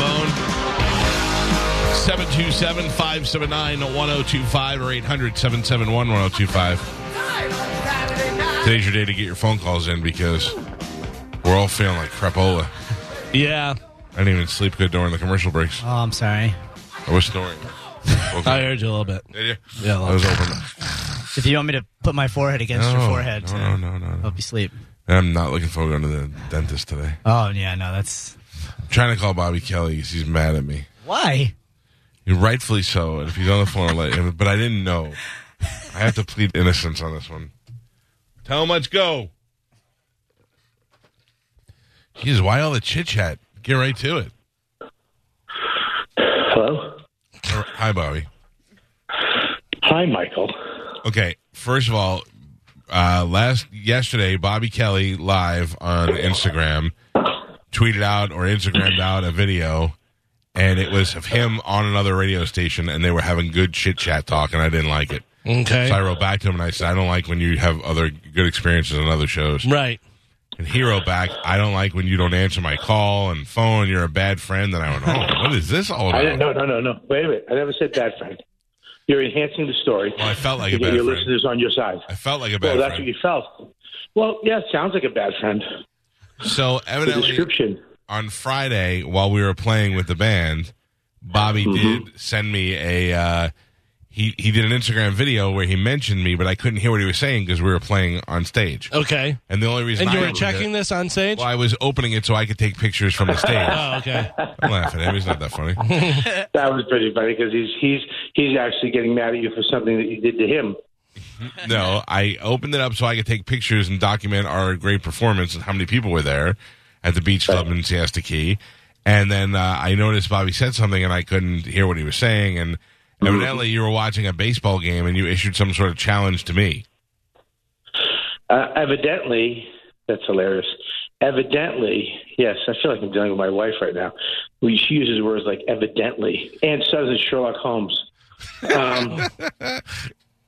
oh phone. 727 579 1025 or 800 771 1025. Today's your day to get your phone calls in because we're all feeling like crepola. Yeah. I didn't even sleep good during the commercial breaks. Oh, I'm sorry. I was snoring. I Okay. heard you a little bit. Did you? Yeah, I was open. If you want me to put my forehead against your No, forehead no, to no, no, no, no. help you sleep. I'm not looking forward to going to the dentist today. Oh, yeah, no, that's. I'm trying to call Bobby Kelly because he's mad at me. Why? Rightfully so. And if he's on the phone, I'll let him. But I didn't know. I have to plead innocence on this one. Tell him let's go. Jeez, why all the chit chat? Get right to it. Hello. Hi, Bobby. Hi, Michael. Okay, first of all, uh, last yesterday, Bobby Kelly live on Instagram tweeted out or Instagrammed out a video, and it was of him on another radio station, and they were having good chit chat talk, and I didn't like it. Okay. So I wrote back to him and I said, I don't like when you have other good experiences on other shows. Right. And he wrote back, I don't like when you don't answer my call and phone. You're a bad friend. And I went, Oh, what is this all about? I didn't. No, no, no, no. Wait a minute. I never said bad friend. You're enhancing the story. Well, Oh, I felt like to a get bad your friend. listeners on your side. I felt like a well, bad that's what friend. you felt. Well, yeah, it sounds like a bad friend. So The evidently, description. on Friday while we were playing with the band, Bobby did send me a uh, he he did an Instagram video where he mentioned me, but I couldn't hear what he was saying because we were playing on stage. Okay. And the only reason And I you were opened checking it, this on stage? well, I was opening it so I could take pictures from the stage. Oh, okay. I'm laughing at him; he's not that funny. That was pretty funny because he's he's he's actually getting mad at you for something that you did to him. No, I opened it up so I could take pictures and document our great performance and how many people were there at the beach club in Siesta Key. And then uh, I noticed Bobby said something and I couldn't hear what he was saying. And Mm-hmm. evidently, you were watching a baseball game and you issued some sort of challenge to me. Uh, evidently, that's hilarious. Evidently, yes, I feel like I'm dealing with my wife right now. We, she uses words like evidently, and so does Sherlock Holmes. Um,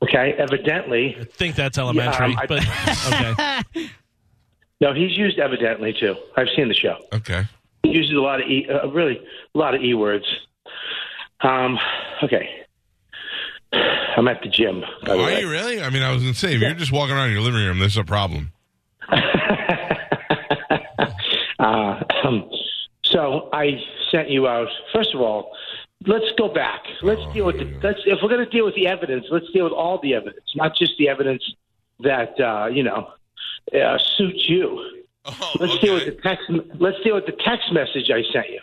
okay, evidently. I think that's elementary, Yeah, I- but okay. No, he's used evidently too. I've seen the show. Okay. He uses a lot of e, uh, really a lot of e words. Um, okay, I'm at the gym. By the Are way. you really? I mean, I was going to say, if you're just walking around in your living room, this is a problem. uh, um, so I sent you out. First of all, let's go back. Let's Oh, deal with here the, we go. let's if we're going to deal with the evidence, let's deal with all the evidence, not just the evidence that uh, you know uh, suits you. Oh, Let's deal with the text. Let's deal with the text message I sent you.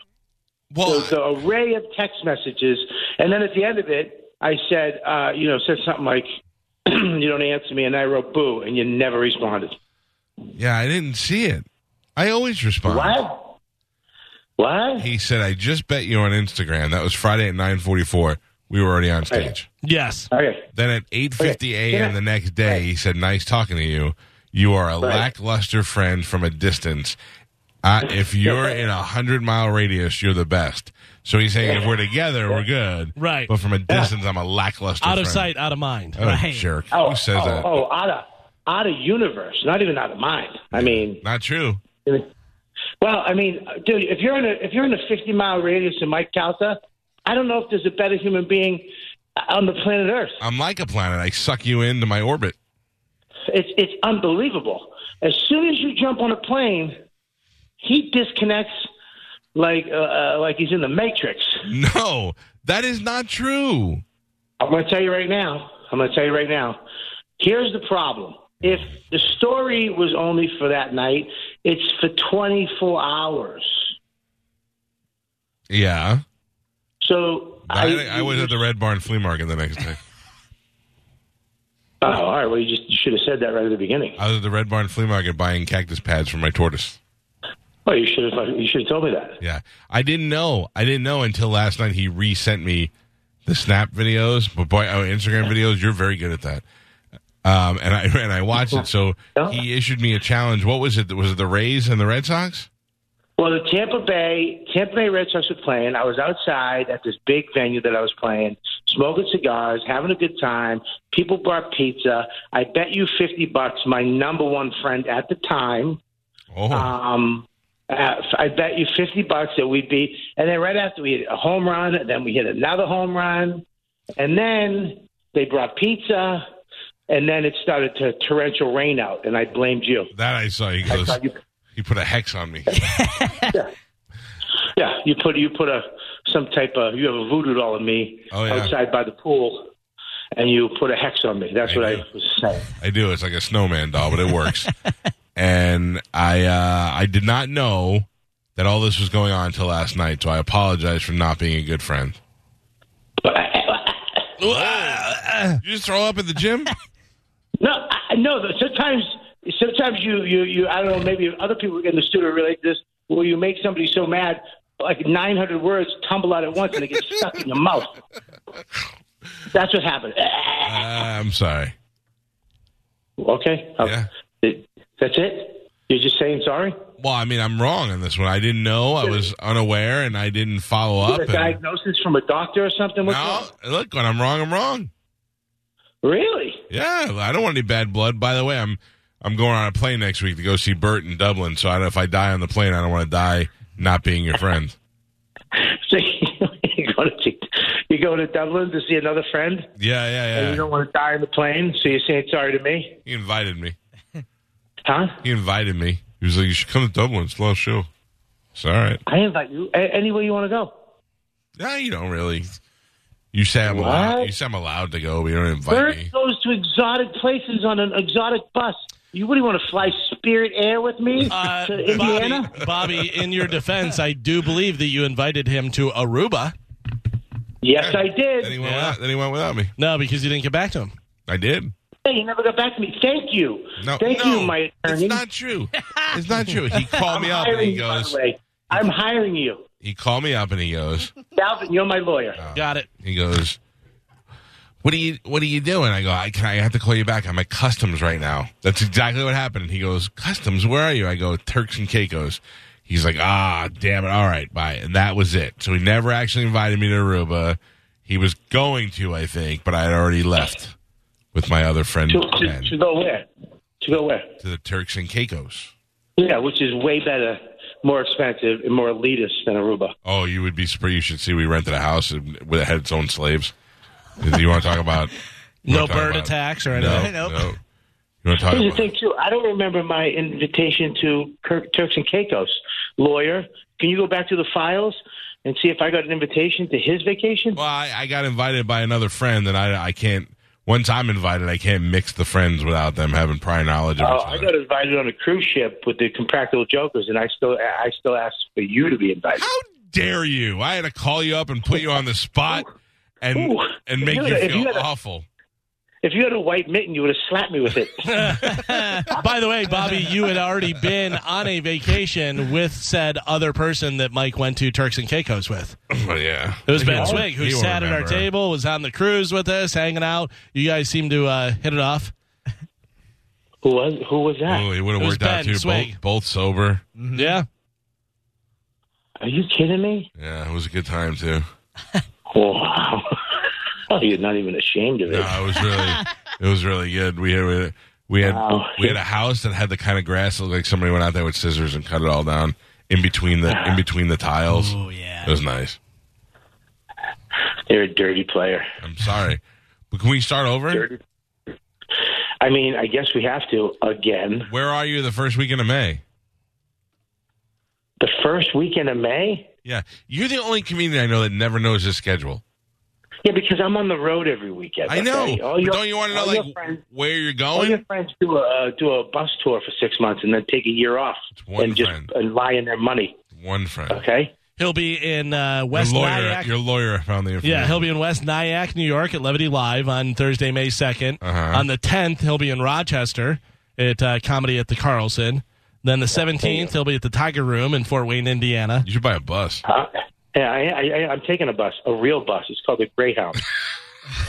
well, the, the array of text messages, and then at the end of it, I said, uh, you know, said something like, "You don't answer me," and I wrote "boo," and you never responded. yeah, I didn't see it. I always respond. What? What? He said, I just bet you on Instagram. That was Friday at 944. We were already on stage. Yes. Okay. Then at 8:50 a.m. Yeah. the next day, he said, "Nice talking to you. You are a Right. lackluster friend from a distance. Uh, if you're in a hundred mile radius, you're the best." So he's saying, "If we're together, we're good. Right. But from a distance, I'm a lackluster. Out of friend. sight, out of mind. Oh, Right. jerk. Oh, Who says oh, that? oh, out of out of universe, not even out of mind. I mean, Not true. well, I mean, dude, if you're in a if you're in a 50 mile radius of Mike Calta, I don't know if there's a better human being on the planet Earth. I'm like a planet. I suck you into my orbit. It's it's unbelievable. As soon as you jump on a plane, he disconnects like uh, uh, like he's in the Matrix. No, that is not true. I'm going to tell you right now. I'm going to tell you right now. Here's the problem. If the story was only for that night, it's for 24 hours. Yeah, So I, I was at the Red Barn flea market the next day. Oh, all right. Well, you just you should have said that right at the beginning. I was at the Red Barn flea market buying cactus pads for my tortoise. Well, Oh, you should have you should have told me that. Yeah, I didn't know. I didn't know until last night. He resent me the Snap videos, but boy, oh, Instagram videos. You're very good at that. Um, and I and I watched it. So he issued me a challenge. What was it? Was it the Rays and the Red Sox? Well, the Tampa Bay Tampa Bay Red Sox were playing. I was outside at this big venue that I was playing, smoking cigars, having a good time. People brought pizza. I bet you fifty bucks. My number one friend at the time, Oh, um, Uh, I bet you fifty bucks that we'd be. And then right after we hit a home run, and then we hit another home run, and then they brought pizza, and then it started to torrential rain out, and I blamed you. That I saw. He goes, saw you- he put a hex on me. Yeah, you put you put a some type of you have a voodoo doll of me Oh, yeah. outside by the pool, and you put a hex on me. That's I what I do. was saying. I do. It's like a snowman doll, but it works. and I uh, I did not know that all this was going on until last night, so I apologize for not being a good friend. you just throw up at the gym? No, I, no. but Sometimes, sometimes you, you, you. I don't know. Maybe other people in the studio relate to this. Where you make somebody so mad, like 900 words tumble out at once, and it gets stuck in your mouth. That's what happened. Uh, I'm sorry. Okay. Uh, Yeah. it- that's it. You're just saying sorry. Well, I mean, I'm wrong on this one. I didn't know. I was unaware, and I didn't follow up. A and- diagnosis from a doctor or something. What's no, look, when I'm wrong, I'm wrong. wrong? Really? Yeah, I don't want any bad blood. By the way, I'm I'm going on a plane next week to go see Bert in Dublin. So I don't, if I die on the plane, I don't want to die not being your friend. So you go to you go to Dublin to see another friend, Yeah, and yeah, you yeah. don't want to die on the plane, so you're saying sorry to me, He invited me. huh? He invited me. He was like, "You should come to Dublin. It's a lot of show." It's all right. I invite you a- anywhere you want to go. Yeah, you don't really. You say I'm What? allowed. You say I'm allowed to go, but you don't invite Bert me. goes to exotic places on an exotic bus. You wouldn't want to fly Spirit Air with me Uh, to Indiana? Bobby, Bobby, in your defense, I do believe that you invited him to Aruba. Yes, I did. Then he went. Yeah. Without, then he went without me. No, because you didn't get back to him. I did. Hey, you never got back to me. Thank you. No, Thank no, you, my attorney. It's not true. It's not true. He called I'm me up and hiring he you, by goes. the way. I'm hiring you. He called me up and he goes. Dalvin, you're my lawyer. Oh, Got it. He goes, "What are you? What are you doing?" I go, "I can. I have to call you back. I'm at customs right now." That's exactly what happened. He goes, "Customs? Where are you?" I go, "Turks and Caicos." He's like, "Ah, damn it! All right, bye." And that was it. So he never actually invited me to Aruba. He was going to, I think, but I had already left with my other friend to, Ben, to, to go where? To go where? to the Turks and Caicos. Yeah, which is way better, more expensive, and more elitist than Aruba. Oh, you would be surprised. You should see. We rented a house that had its own slaves. Do you want to talk about? you No wanna talk bird about- attacks or No, anything. no. Nope. You want to talk Here's the about? thing, too. I don't remember my invitation to Kirk, Turks and Caicos. Lawyer, can you go back to the files and see if I got an invitation to his vacation? Well, I, I got invited by another friend, and I, I can't. Once I'm invited, I can't mix the friends without them having prior knowledge of Oh, each I other. got invited on a cruise ship with the Impractical Jokers, and I still I still asked for you to be invited. How dare you! I had to call you up and put you on the spot and Ooh. and make If you, you had a- if feel you had a- awful. If you had a white mitten, you would have slapped me with it. By the way, Bobby, you had already been on a vacation with said other person that Mike went to Turks and Caicos with. Well, Oh, yeah, It was He Ben won't- Swig who he won't sat at our remember. table, was on the cruise with us, hanging out. You guys seemed to uh, hit it off. who was who was that? Oh, it would It have was worked out Ben too. Swig. Both, both sober. Yeah. Are you kidding me? Yeah, it was a good time too. Wow. oh, you're not even ashamed of it. No, it was really, it was really good. We had, we had, we had, Wow. we had a house that had the kind of grass that looked like somebody went out there with scissors and cut it all down in between the in between the tiles. Oh It yeah. was nice. You're a dirty player. I'm sorry, but can we start over? Dirty. I mean, I guess we have to again. Where are you the first weekend of May? The first weekend of May? Yeah, you're the only comedian I know that never knows his schedule. Yeah, because I'm on the road every weekend. I know. okay? All but your- don't you want to know all like your friends- where you're all going? your friends do a uh, do a bus tour for six months and then take a year off It's one and just friend. and lie in their money. One friend, Okay. He'll be in uh, your West lawyer, Nyack. your lawyer found the information. Yeah, he'll be in West Nyack, New York at Levity Live on Thursday, May 2nd. Uh-huh. On the 10th, he'll be in Rochester at uh, Comedy at the Carlson. Then the 17th, he'll be at the Tiger Room in Fort Wayne, Indiana. You should buy a bus. Uh, yeah, I, I, I, I'm taking a bus, a real bus. It's called the Greyhound.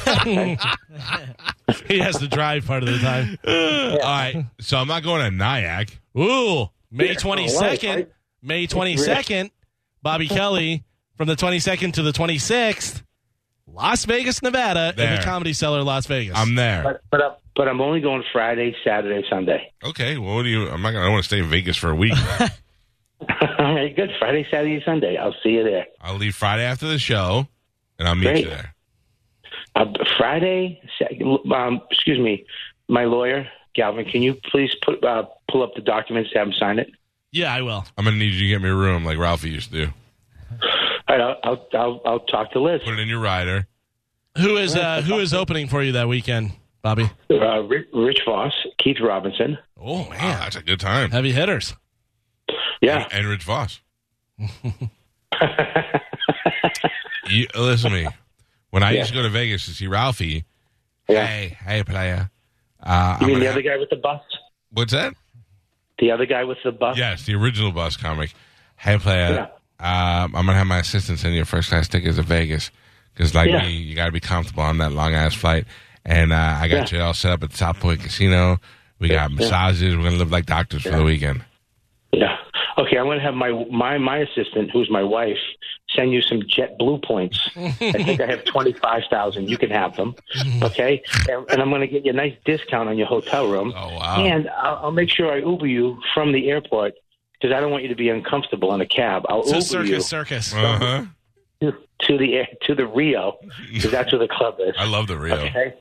He has to drive part of the time. All right, so I'm not going to Nyack. Ooh, May Yeah, twenty all second. right. May twenty second. Bobby Kelly from the twenty second to the twenty sixth. Las Vegas, Nevada, in There. the Comedy Cellar, Las Vegas. I'm there. but but I'm, but I'm only going Friday, Saturday, Sunday. Okay, well, what do you? I'm not. Gonna, I don't want to stay in Vegas for a week. All right, good. Friday, Saturday, Sunday. I'll see you there. I'll leave Friday after the show, and I'll meet Great. you there. Uh, Friday, Sa- um, excuse me, my lawyer, Galvin, can you please put uh, pull up the documents to have him sign it? Yeah, I will. I'm gonna need you to get me a room like Ralphie used to do. All right, I'll, I'll, I'll, I'll talk to Liz. Put it in your rider. Who is uh, who is opening for you that weekend, Bobby? Uh, Ri- Rich Voss, Keith Robinson. Oh man, Wow, Ah, that's a good time. heavy hitters. Yeah. And Rich Voss. you, listen to me. When I Yeah. used to go to Vegas to see Ralphie, Yeah. hey, hey, player. Uh, You I'm mean gonna the have- other guy with the bus? What's that? The other guy with the bus? Yes, the original Boss comic. Hey, player. Um, I'm gonna have my assistant send you first class tickets to Vegas because, like Yeah. me, you gotta be comfortable on that long ass flight. And uh, I got you all set up at the South Point Casino. We got massages. We're gonna live like doctors for the weekend. Yeah. Okay, I'm going to have my my my assistant, who's my wife, send you some Jet Blue points. I think I have twenty five thousand. You can have them. Okay, and, and I'm going to get you a nice discount on your hotel room. Oh wow! And I'll, I'll make sure I Uber you from the airport because I don't want you to be uncomfortable in a cab. I'll So Uber circus, circus. Uh huh. you to the air, to the Rio because that's where the club is. I love the Rio. Okay,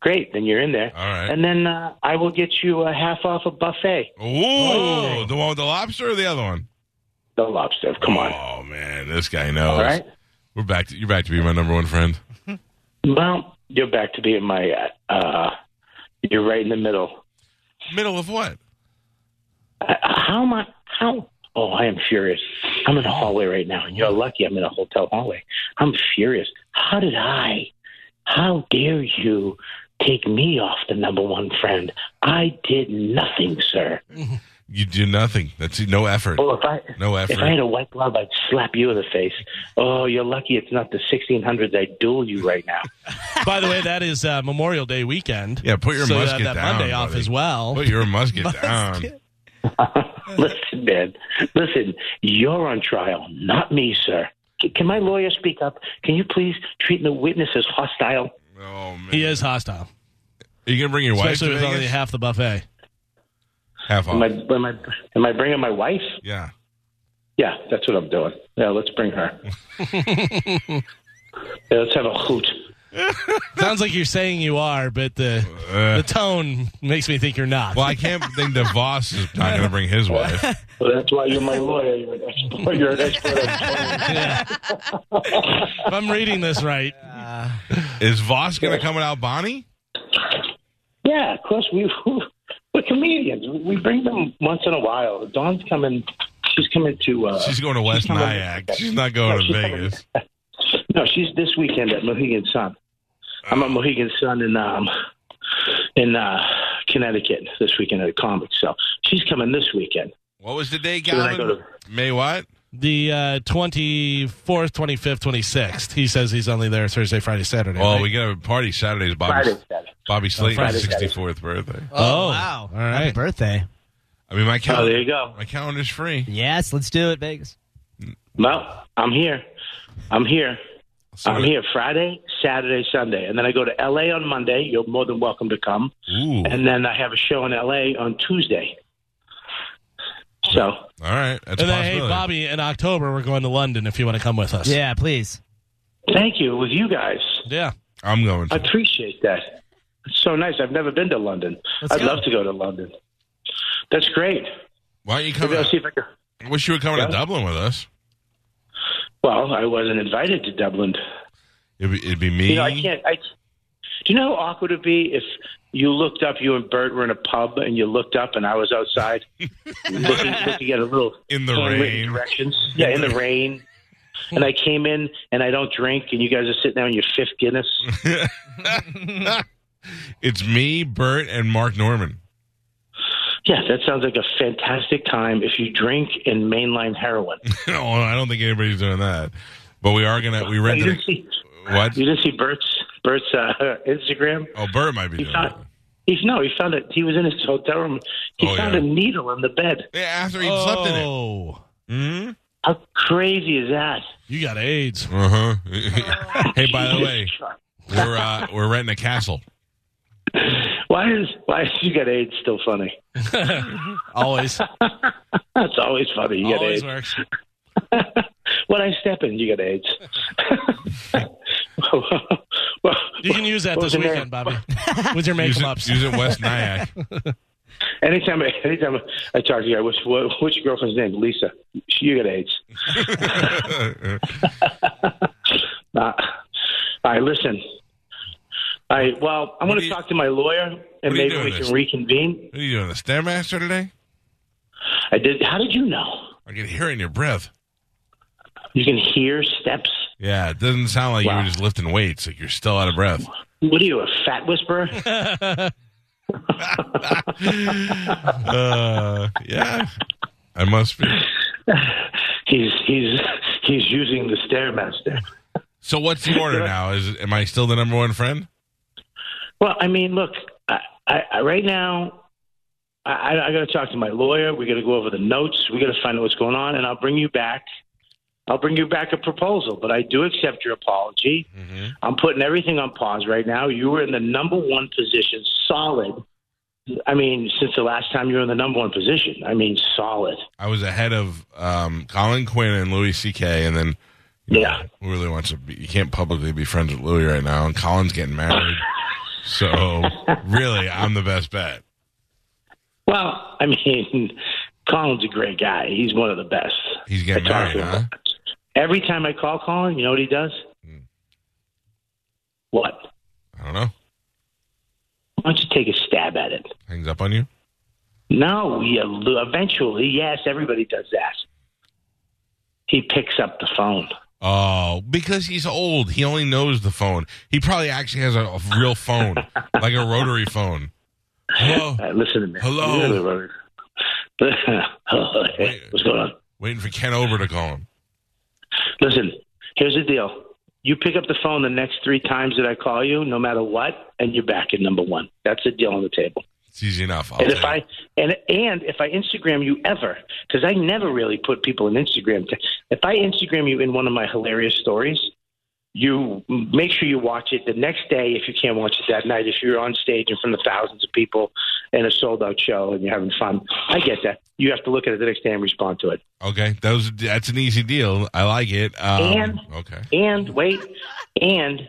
great. Then you're in there, All right. and then uh, I will get you a half off a buffet. Ooh, the one with the lobster or the other one? The lobster. Oh. Come on. Oh man, this guy knows. All right. We're back. To, you're back to be my number one friend. Well, you're back to being my. Uh, you're right in the middle. Middle of what? Uh, How am I? How? Oh, I am furious. I'm in a hallway right now, and you're lucky I'm in a hotel hallway. I'm furious. How did I? How dare you take me off the number one friend? I did nothing, sir. You do nothing. That's no effort. Oh, if I No if I had effort. a white glove, I'd slap you in the face. Oh, you're lucky it's not the 1600s. I duel you right now. By the way, that is uh, Memorial Day weekend. Yeah, put your so musket you have that down, Monday off buddy. as well. Put your musket down. Listen, man. Listen, you're on trial, not me, sir. C- Can my lawyer speak up? Can you please treat the witness as hostile? Oh man. He is hostile, Are you gonna bring your wife to especially with only Vegas? half the buffet. Half off. Am I, am, I, am I bringing my wife? yeah. Yeah, that's what I'm doing. Yeah, let's bring her. yeah, let's have a hoot. Sounds like you're saying you are, but the Uh, the tone makes me think you're not. well, I can't think the boss is not gonna bring his wife. Well, that's why you're my lawyer. You're an expert. You're an expert. on- Yeah. if I'm reading this right, Is Voss gonna come without Bonnie? yeah, of course. We, we're comedians. We bring them once in a while. Dawn's coming. She's coming to. Uh, She's going to West coming- Nyack. She's not going No, to she's coming- Vegas. No, she's this weekend at Mohegan Sun. I'm at Mohegan Sun in um in uh Connecticut this weekend at a comic. So she's coming this weekend. What was the day, So then I go Gavin? to May what? the uh, 24th, 25th, 26th. He says he's only there Thursday, Friday, Saturday. Well, right? Oh, we got a party Saturday's Bobby's Friday. Saturday. Bobby Slayton's Friday, sixty fourth birthday. Oh, wow! all right. Happy birthday. I mean, my Oh, calendar. there you go. My calendar's free. Yes, let's do it, Vegas. Well, I'm here. I'm here. So- I'm here Friday, Saturday, Sunday, and then I go to L.A. on Monday. You're more than welcome to come. Ooh. And then I have a show in L.A. on Tuesday. So All right. That's a And then, hey, possibility. Bobby, in October, we're going to London if you want to come with us. Yeah, please. thank you with you guys. Yeah. I'm going I to. appreciate that. It's so nice. I've never been to London. Let's I'd go. love to go to London. That's great. Why don't you come? Maybe I'll see if I can. I wish you were coming Yeah. to Dublin with us. Well, I wasn't invited to Dublin. It'd be, it'd be me. You know, I can't. I, do you know how awkward it'd be if you looked up, you and Bert were in a pub, and you looked up, and I was outside looking, looking at a little In the handwritten rain. directions. Yeah, in the rain. And I came in, and I don't drink, and you guys are sitting there on your fifth Guinness. it's me, Bert, and Mark Norman. Yeah, that sounds like a fantastic time if you drink and mainline heroin. no, Oh, I don't think anybody's doing that. But we are gonna. We You rented. didn't see- A, what? You didn't see Bert's Bert's uh, Instagram. Oh, Bert might be He doing that. found he no, he found it. He was in his hotel room. He Oh, found yeah. a needle in the bed. Yeah, after he slept in it. Oh, Mm-hmm. How crazy is that? you got AIDS. Uh huh. hey, by the way, we're uh, we're renting a castle. Why is why is you got AIDS still funny? Always, That's always funny. You got always AIDS. works. When I step in, you got AIDS. well, You can use that What this was your name? weekend, Bobby, with your Use make ups. it, use it West Nyack. anytime I, anytime I talk to you, I wish what, what's your girlfriend's name? Lisa. She, you got AIDS. Uh, all right, listen. All right, well, I'm What do going to you- talk to my lawyer, and what are you maybe doing we this? can reconvene. what are you doing, the Stairmaster today? I did. How did you know? I can hear it in your breath. You can hear steps. Yeah, it doesn't sound like you Wow. were just lifting weights. Like you're still out of breath. What are you, a fat whisperer? Uh, yeah, I must be. he's he's he's using the stairmaster. So what's the order now? Is am I still the number one friend? Well, I mean, look, I, I, I right now, I, I, I got to talk to my lawyer. We got to go over the notes. We got to find out what's going on, and I'll bring you back. I'll bring you back a proposal, but I do accept your apology. Mm-hmm. I'm putting everything on pause right now. You were in the number one position, solid. I mean, since the last time you were in the number one position, I mean, solid. I was ahead of um, Colin Quinn and Louis C.K. And then Yeah. who really wants to? Be, you can't publicly be friends with Louis right now, and Colin's getting married. so really, I'm the best bet. Well, I mean, Colin's a great guy. He's one of the best. He's getting I talk married, to him. huh? Hmm. Every time I call Colin, you know what he does? What? I don't know. Why don't you take a stab at it? Hangs up on you. No, you, lo- eventually, yes, everybody does that. He picks up the phone. Oh, because he's old. He only knows the phone. He probably actually has a, a real phone, like a rotary phone. Hello, All right, listen to me. Oh. Hello? Really, really. Wait. What's going on? waiting for Ken Ober to call him. Listen, here's the deal. You pick up the phone the next three times that I call you, no matter what, and you're back at number one. That's the deal on the table. It's easy enough. I'll and take if it. I and and if I Instagram you ever, because I never really put people in Instagram. t- If I Instagram you in one of my hilarious stories, you make sure you watch it the next day. If you can't watch it that night, if you're on stage in front of thousands of people in a sold out show and you're having fun, I get that. You have to look at it the next day and respond to it. Okay, that was that's an easy deal. I like it. Um, And- okay, And wait, and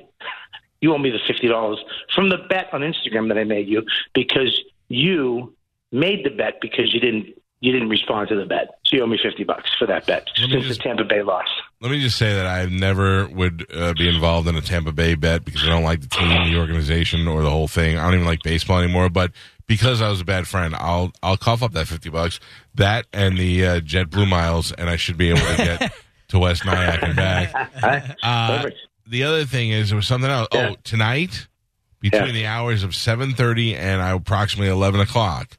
you owe me the fifty dollars from the bet on Instagram that I made you because you made the bet because you didn't you didn't respond to the bet. So you owe me fifty bucks for that bet Let me since just- the Tampa Bay loss. let me just say that I never would uh, be involved in a Tampa Bay bet because I don't like the team, the organization, or the whole thing. I don't even like baseball anymore. But because I was a bad friend, I'll I'll cough up that fifty bucks, that and the uh, Jet Blue miles, and I should be able to get to West Nyack and back. Huh? Uh, Perfect. the other thing is there was something else. Yeah. Oh, tonight between Yeah. the hours of seven thirty and I, approximately eleven o'clock,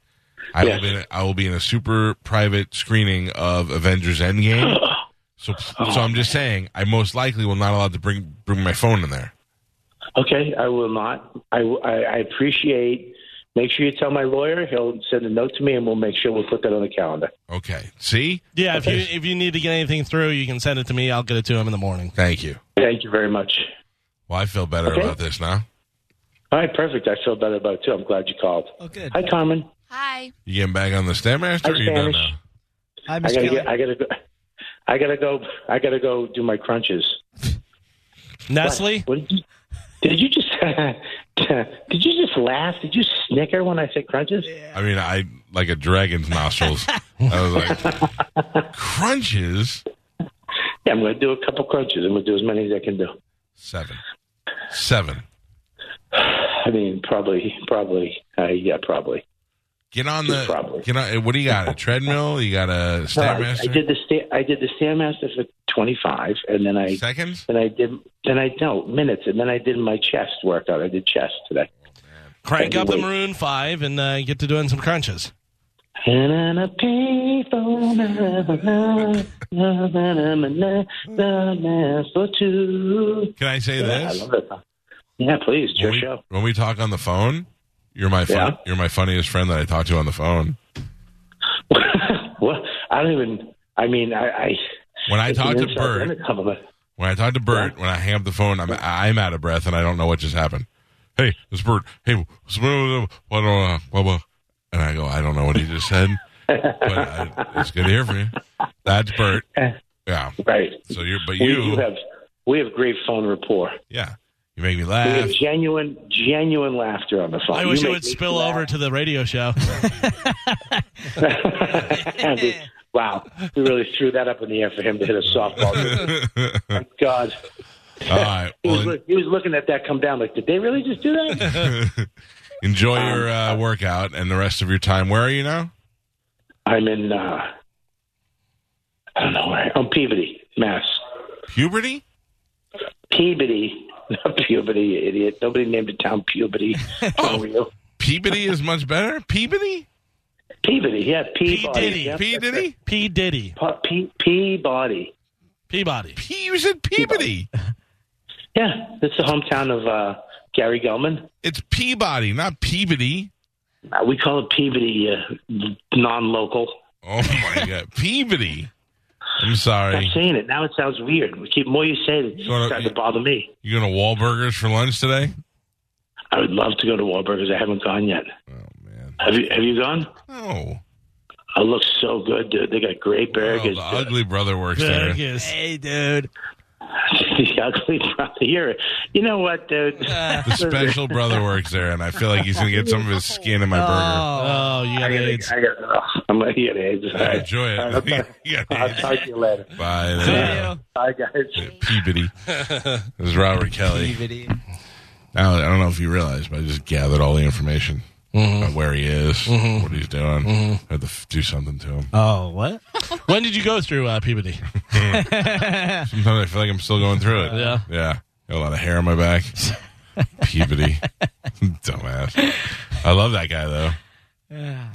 I Yeah. will be in a, I will be in a super private screening of Avengers Endgame. So Oh. so I'm just saying I most likely will not allowed to bring bring my phone in there. Okay, I will not. I, I, I appreciate. Make sure you tell my lawyer. He'll send a note to me, and we'll make sure we'll put that on the calendar. Okay, see, Yeah, if you if you need to get anything through, you can send it to me. I'll get it to him in the morning. thank you. Thank you very much. Well, I feel better Okay. about this now. All right, perfect. I feel better about it too. I'm glad you called. Oh, good. Hi, Carmen. Hi. You getting back on the stairmaster? Or Hi, you done Spanish. now? Hi, I Miss gotta Kelly. get. I gotta go. I gotta go. I gotta go do my crunches. Nestle, What did you? Did you just? did you just laugh? Did you snicker when I said crunches? I mean, I like a dragon's nostrils. I was like, crunches. Yeah, I'm gonna do a couple crunches. I'm gonna do as many as I can do. Seven. Seven. I mean, probably, probably. Uh, yeah, probably. Get on the. Probably. Get on. eh, What do you got? A treadmill? You got a No, I, I stairmaster? did the sta- I did the stairmaster for 25, and then I Seconds. then I did then I no minutes, and then I did my chest workout. I did chest today. crank up the Wait. Maroon Five and uh, get to doing some crunches. And on a payphone, na, na, na, na, na, na, na, for two. Can I say Yeah, I this? love that song. Yeah, please, it's your When we, show. when we talk on the phone, you're my fun, Yeah. you're my funniest friend that I talk to on the phone. well, I don't even. I mean, I. I When I it's an talk to insult and Bert, a compliment. when I talk to Bert, when I hang up the phone, I'm I'm out of breath and I don't know what just happened. hey, this bird, hey, what's- what don't I- blah, blah. and I go, I don't know what he just said, but I, it's good to hear from you. That's Bert. Yeah. Right. So you're, but We you, do have we have great phone rapport. yeah, you make me We laugh. have genuine genuine laughter on the phone. I You wish it make would me spill laugh. over to the radio show. wow, we really threw that up in the air for him to hit a softball. All Thank God, right. he was, Well, look- he was looking at that come down like, did they really just do that? enjoy Um, your uh, workout and the rest of your time. Where are you now? I'm in, uh, I don't know, where- I'm Peabody, Mass. Puberty? Peabody, not Peabody, you idiot. Nobody named a town Peabody. oh, you? Peabody is much better. Peabody? Peabody, yeah, P. Peabody. Diddy. yeah. P Diddy? P. Diddy. Pa- Pe- Peabody. Peabody. P, you said Peabody. Yeah, it's the hometown of uh, Gary Gellman. It's Peabody, not Peabody. Uh, we call it Peabody uh, non-local. Oh my god, Peabody! I'm Stop sorry. saying it. Now it sounds weird. We keep more you say it, it's You wanna- starting to bother me. You going to Wahlburgers for lunch today? I would love to go to Wahlburgers. I haven't gone yet. Oh man, Have you? Have you gone? no. Oh, it looks so good, dude. They got great Oh, burgers. the ugly brother works there. Vegas. Hey, dude. the ugly brother. You're, you know what, dude? The special brother works there, and I feel like he's going to get some of his skin in my burger. Oh, you got I gotta, AIDS. I gotta, oh, ugh, I'm gonna get AIDS. All right. Enjoy All it. right, okay. You got I'll it. talk to you later. Bye. See There you. you Bye, guys. go. Peabody. This is Robert Kelly. Peabody. Now, I don't know if you realize, but I just gathered all the information about where he is, what he's doing. I had to f- do something to him. Oh, what? When did you go through uh, Peabody? Sometimes I feel like I'm still going through it. Yeah. Yeah. Got a lot of hair on my back. Peabody. Dumbass. I love that guy, though.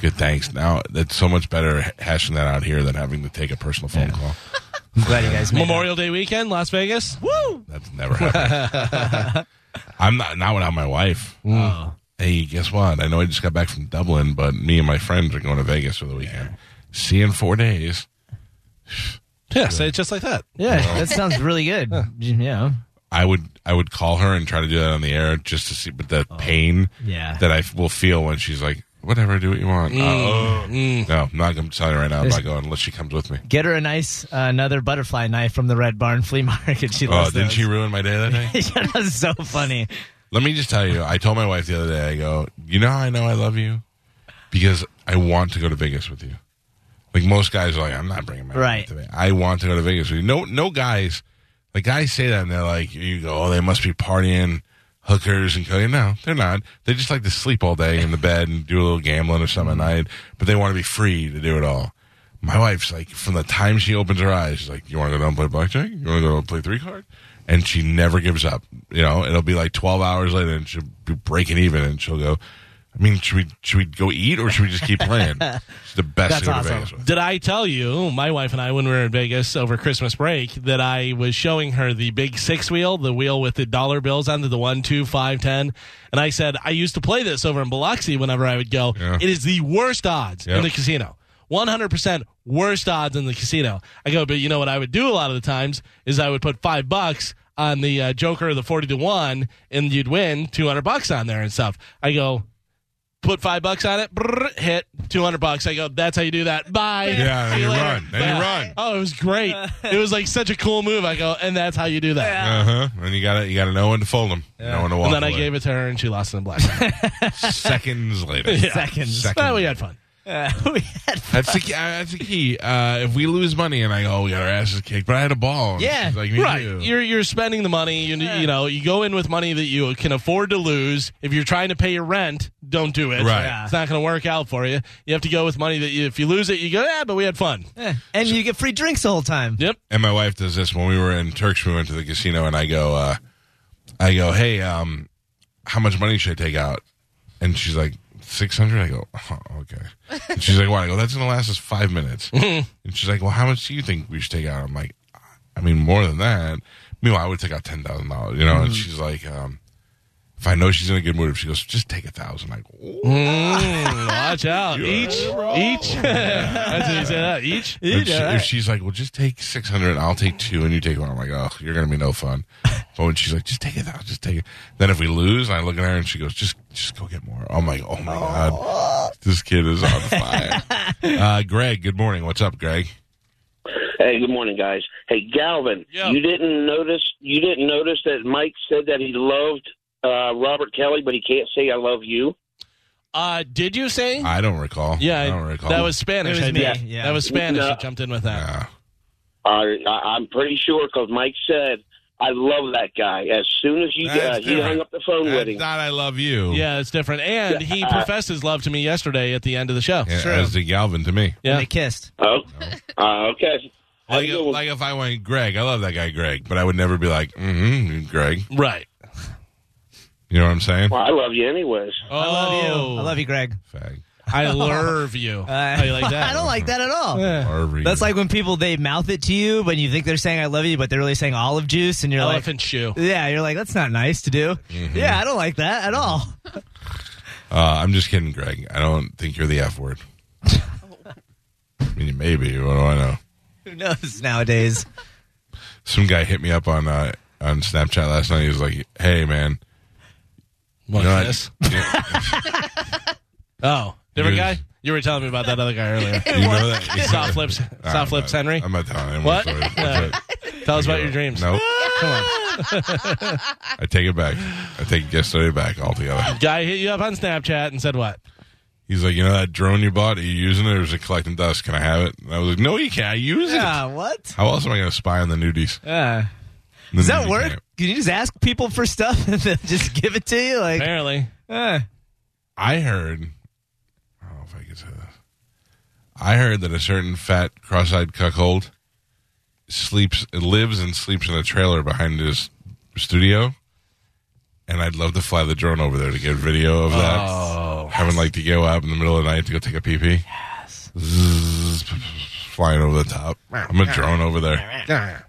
Good thanks. Now, that's so much better ha- hashing that out here than having to take a personal phone call. I'm glad you guys made Memorial Day weekend, Las Vegas. Woo! That's never happened. I'm not, not without my wife. it. Oh. Hey, guess what? I know I just got back from Dublin, but me and my friends are going to Vegas for the weekend. See you in four days. Yeah, say it just like that. Yeah, that sounds really good. Yeah. I would I would call her and try to do that on the air just to see, but the pain Oh, Yeah. that I f- will feel when she's like, "Whatever, do what you want." Uh, Mm. no, I'm not. I'm telling you right now, I'm not going unless she comes with me. Get her a nice, uh, another butterfly knife from the Red Barn Flea Market. She Oh, loves didn't those. she ruin my day that day? yeah, that's so funny. Let me just tell you, I told my wife the other day, I go, you know how I know I love you? Because I want to go to Vegas with you. Like most guys are like, I'm not bringing my wife Right. to Vegas. I want to go to Vegas with you. No, no guys, like guys say that and they're like, you go, oh, they must be partying, hookers and cocaine. No, they're not. They just like to sleep all day in the bed and do a little gambling or something Mm-hmm. at night, but they want to be free to do it all. My wife's like, from the time she opens her eyes, she's like, you want to go down and play blackjack? You want to go down and play three card? And she never gives up. You know, it'll be like 12 hours later and she'll be breaking even and she'll go, I mean, should we should we go eat or should we just keep playing? It's the best That's thing to awesome. Vegas with. Did I tell you, my wife and I, when we were in Vegas over Christmas break, that I was showing her the big six wheel, the wheel with the dollar bills on it, the one, two, five, ten. And I said, I used to play this over in Biloxi whenever I would go. Yeah. It is the worst odds Yep. in the casino. 100% worst odds in the casino. I go, but you know what I would do a lot of the times is I would put five bucks on the uh, Joker or the 40 to 1, and you'd win 200 bucks on there and stuff. I go, put five bucks on it, brrr, hit 200 bucks. I go, that's how you do that. Bye. Yeah, See and you later. run, and you Yeah. run. Oh, it was great. it was like such a cool move. I go, and that's how you do that. Uh huh. And you gotta you gotta know when to fold them, know when to walk. And then I away. gave it to her, and she lost in the black. seconds later. Seconds. Seconds. but we had fun. Uh, we had That's the key. uh, That's the key. Uh, if we lose money, and I go, oh, we got our asses kicked, but I had a ball. And Yeah, she's like me right. too. You're you're spending the money. You you know you go in with money that you can afford to lose. If you're trying to pay your rent, don't do it. Right. Yeah. It's not going to work out for you. You have to go with money that you, if you lose it, you go, yeah, but we had fun. Eh, and you get free drinks the whole time. Yep. and my wife does this when we were in Turks. We went to the casino, and I go, uh, I go, hey, um, how much money should I take out? And she's like, six hundred. I go, oh, okay. And she's like, why? I go, that's gonna last us five minutes. and she's like, well, how much do you think we should take out? I'm like, I mean, more than that. Meanwhile, I would take out ten thousand dollars, you know. And she's like, um, if I know she's in a good mood, if she goes, just take a thousand. I go, "Ooh." Mm, watch out. Each, each. That's how you say that. Each. If, she- if she's like, well, just take 600 and I'll take two and you take one, I'm like, oh, you're going to be no fun. phone. She's like, just take it out, just take it. Then if we lose, and I look at her and she goes, just just go get more. I'm like, oh my god, this kid is on fire. uh, Greg, good morning. What's up, Greg? Hey, good morning, guys. Hey, Galvin, Yeah. you didn't notice you didn't notice that Mike said that he loved uh, Robert Kelly, but he can't say "I love you." Uh, did you say? I don't recall. yeah, I don't recall. that was Spanish. It was I me, think. yeah. That was Spanish. No. I jumped in with that. Yeah. I, I I'm pretty sure because Mike said, "I love that guy." As soon as you That's uh, he hung different. up the phone with That's him. not I love you. Yeah, it's different. And he professed his love to me yesterday at the end of the show. Yeah, As did Galvin to me. And Yeah. they kissed. oh, uh, okay. Have a Like, good one. like if I went, Greg, I love that guy, Greg, but I would never be like, mm-hmm, Greg. Right. You know what I'm saying? Well, I love you anyways. Oh, I love you. I love you, Greg. Fag. I love you. Uh, How you like that? I don't like that at all. Harvey. That's like when people they mouth it to you, but you think they're saying "I love you," but they're really saying olive juice, and you're Elephant shoe. like, "Yeah," you're like, "That's not nice to do." Mm-hmm. Yeah, I don't like that at all. Uh, I'm just kidding, Greg. I don't think you're the F word. I mean, maybe. What do I know? Who knows nowadays? Some guy hit me up on uh, on Snapchat last night. He was like, "Hey, man, Like know, I- this. you Oh, different You- guy? You were telling me about that other guy earlier. you know that Soft lips. All right, Soft lips, I'm not- Henry. I'm not telling him What? story. Yeah. Tell us about your dreams. No, Come on. I take it back. I take yesterday back altogether. Guy hit you up on Snapchat and said what? He's like, you know that drone you bought? Are you using it or is it collecting dust? Can I have it? And I was like, no, you can't. I use it. Yeah, what? How else am I going to spy on the nudies? Yeah. The Does that nudie work? camp. Can you just ask people for stuff and then just give it to you? Like, Apparently. eh. I heard. I don't know if I can say this. I heard that a certain fat cross-eyed cuckold sleeps, lives, and sleeps in a trailer behind his studio. And I'd love to fly the drone over there to get video of that. Having like to go up in the middle of the night to go take a pee pee. Yes. Flying over the top. I'm a drone over there.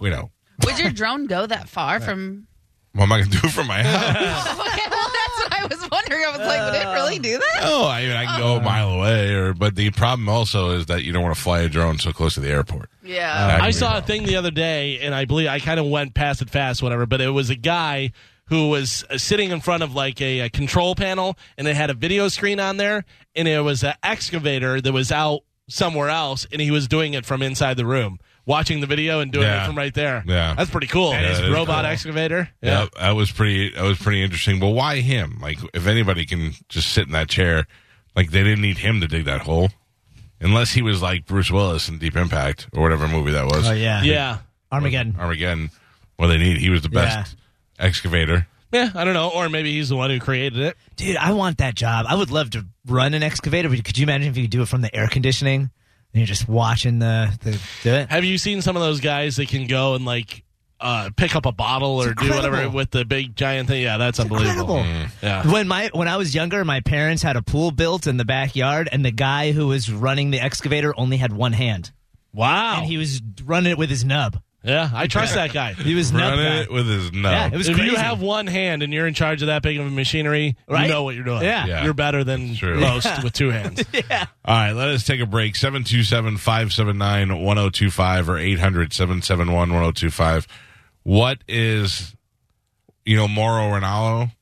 You know. Would your drone go that far from? Well, I'm not gonna do it from my house. Okay, well, that's what I was wondering. I was like, would it really do that? No, I mean I can Uh. go a mile away, or but the problem also is that you don't want to fly a drone so close to the airport. Uh, Yeah. That I can be saw a wrong. thing the other day, and I believe I kind of went past it fast, whatever. But it was a guy who was uh, sitting in front of like a, a control panel, and it had a video screen on there, and it was an excavator that was out somewhere else, and he was doing it from inside the room, watching the video and doing Yeah. it from right there. Yeah. that's pretty cool. That is Robot cool. excavator. Yeah, Yeah. that was pretty. That was pretty interesting. But why him? Like, if anybody can just sit in that chair, like they didn't need him to dig that hole, unless he was like Bruce Willis in Deep Impact or whatever movie that was. Oh yeah. Yeah. Armageddon. Armageddon. Well, they need. He was the best excavator. Yeah, I don't know, or maybe he's the one who created it. Dude, I want that job. I would love to run an excavator, but could you imagine if you could do it from the air conditioning and you're just watching the, the do it? Have you seen some of those guys that can go and like uh, pick up a bottle or do whatever incredible. with the big giant thing? Yeah, that's unbelievable. Incredible. Yeah. When my when I was younger, my parents had a pool built in the backyard, and the guy who was running the excavator only had one hand, Wow. and he was running it with his nub. yeah, I trust that guy. He was nub Running guy. it with his nub. Yeah, it was if crazy. you have one hand and you're in charge of that big of a machinery, Right? you know what you're doing. Yeah. Yeah. You're better than True. most with two hands. All right, let us take a break. 727 579 1025 or 800 771 1025. What is, you know, Mauro Ronaldo?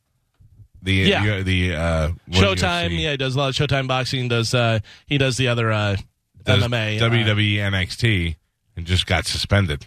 The, Yeah. you- the, uh, what Showtime, UFC? yeah, he does a lot of Showtime boxing, does uh he does the other uh Does E MMA. uh, WWE NXT and just got suspended.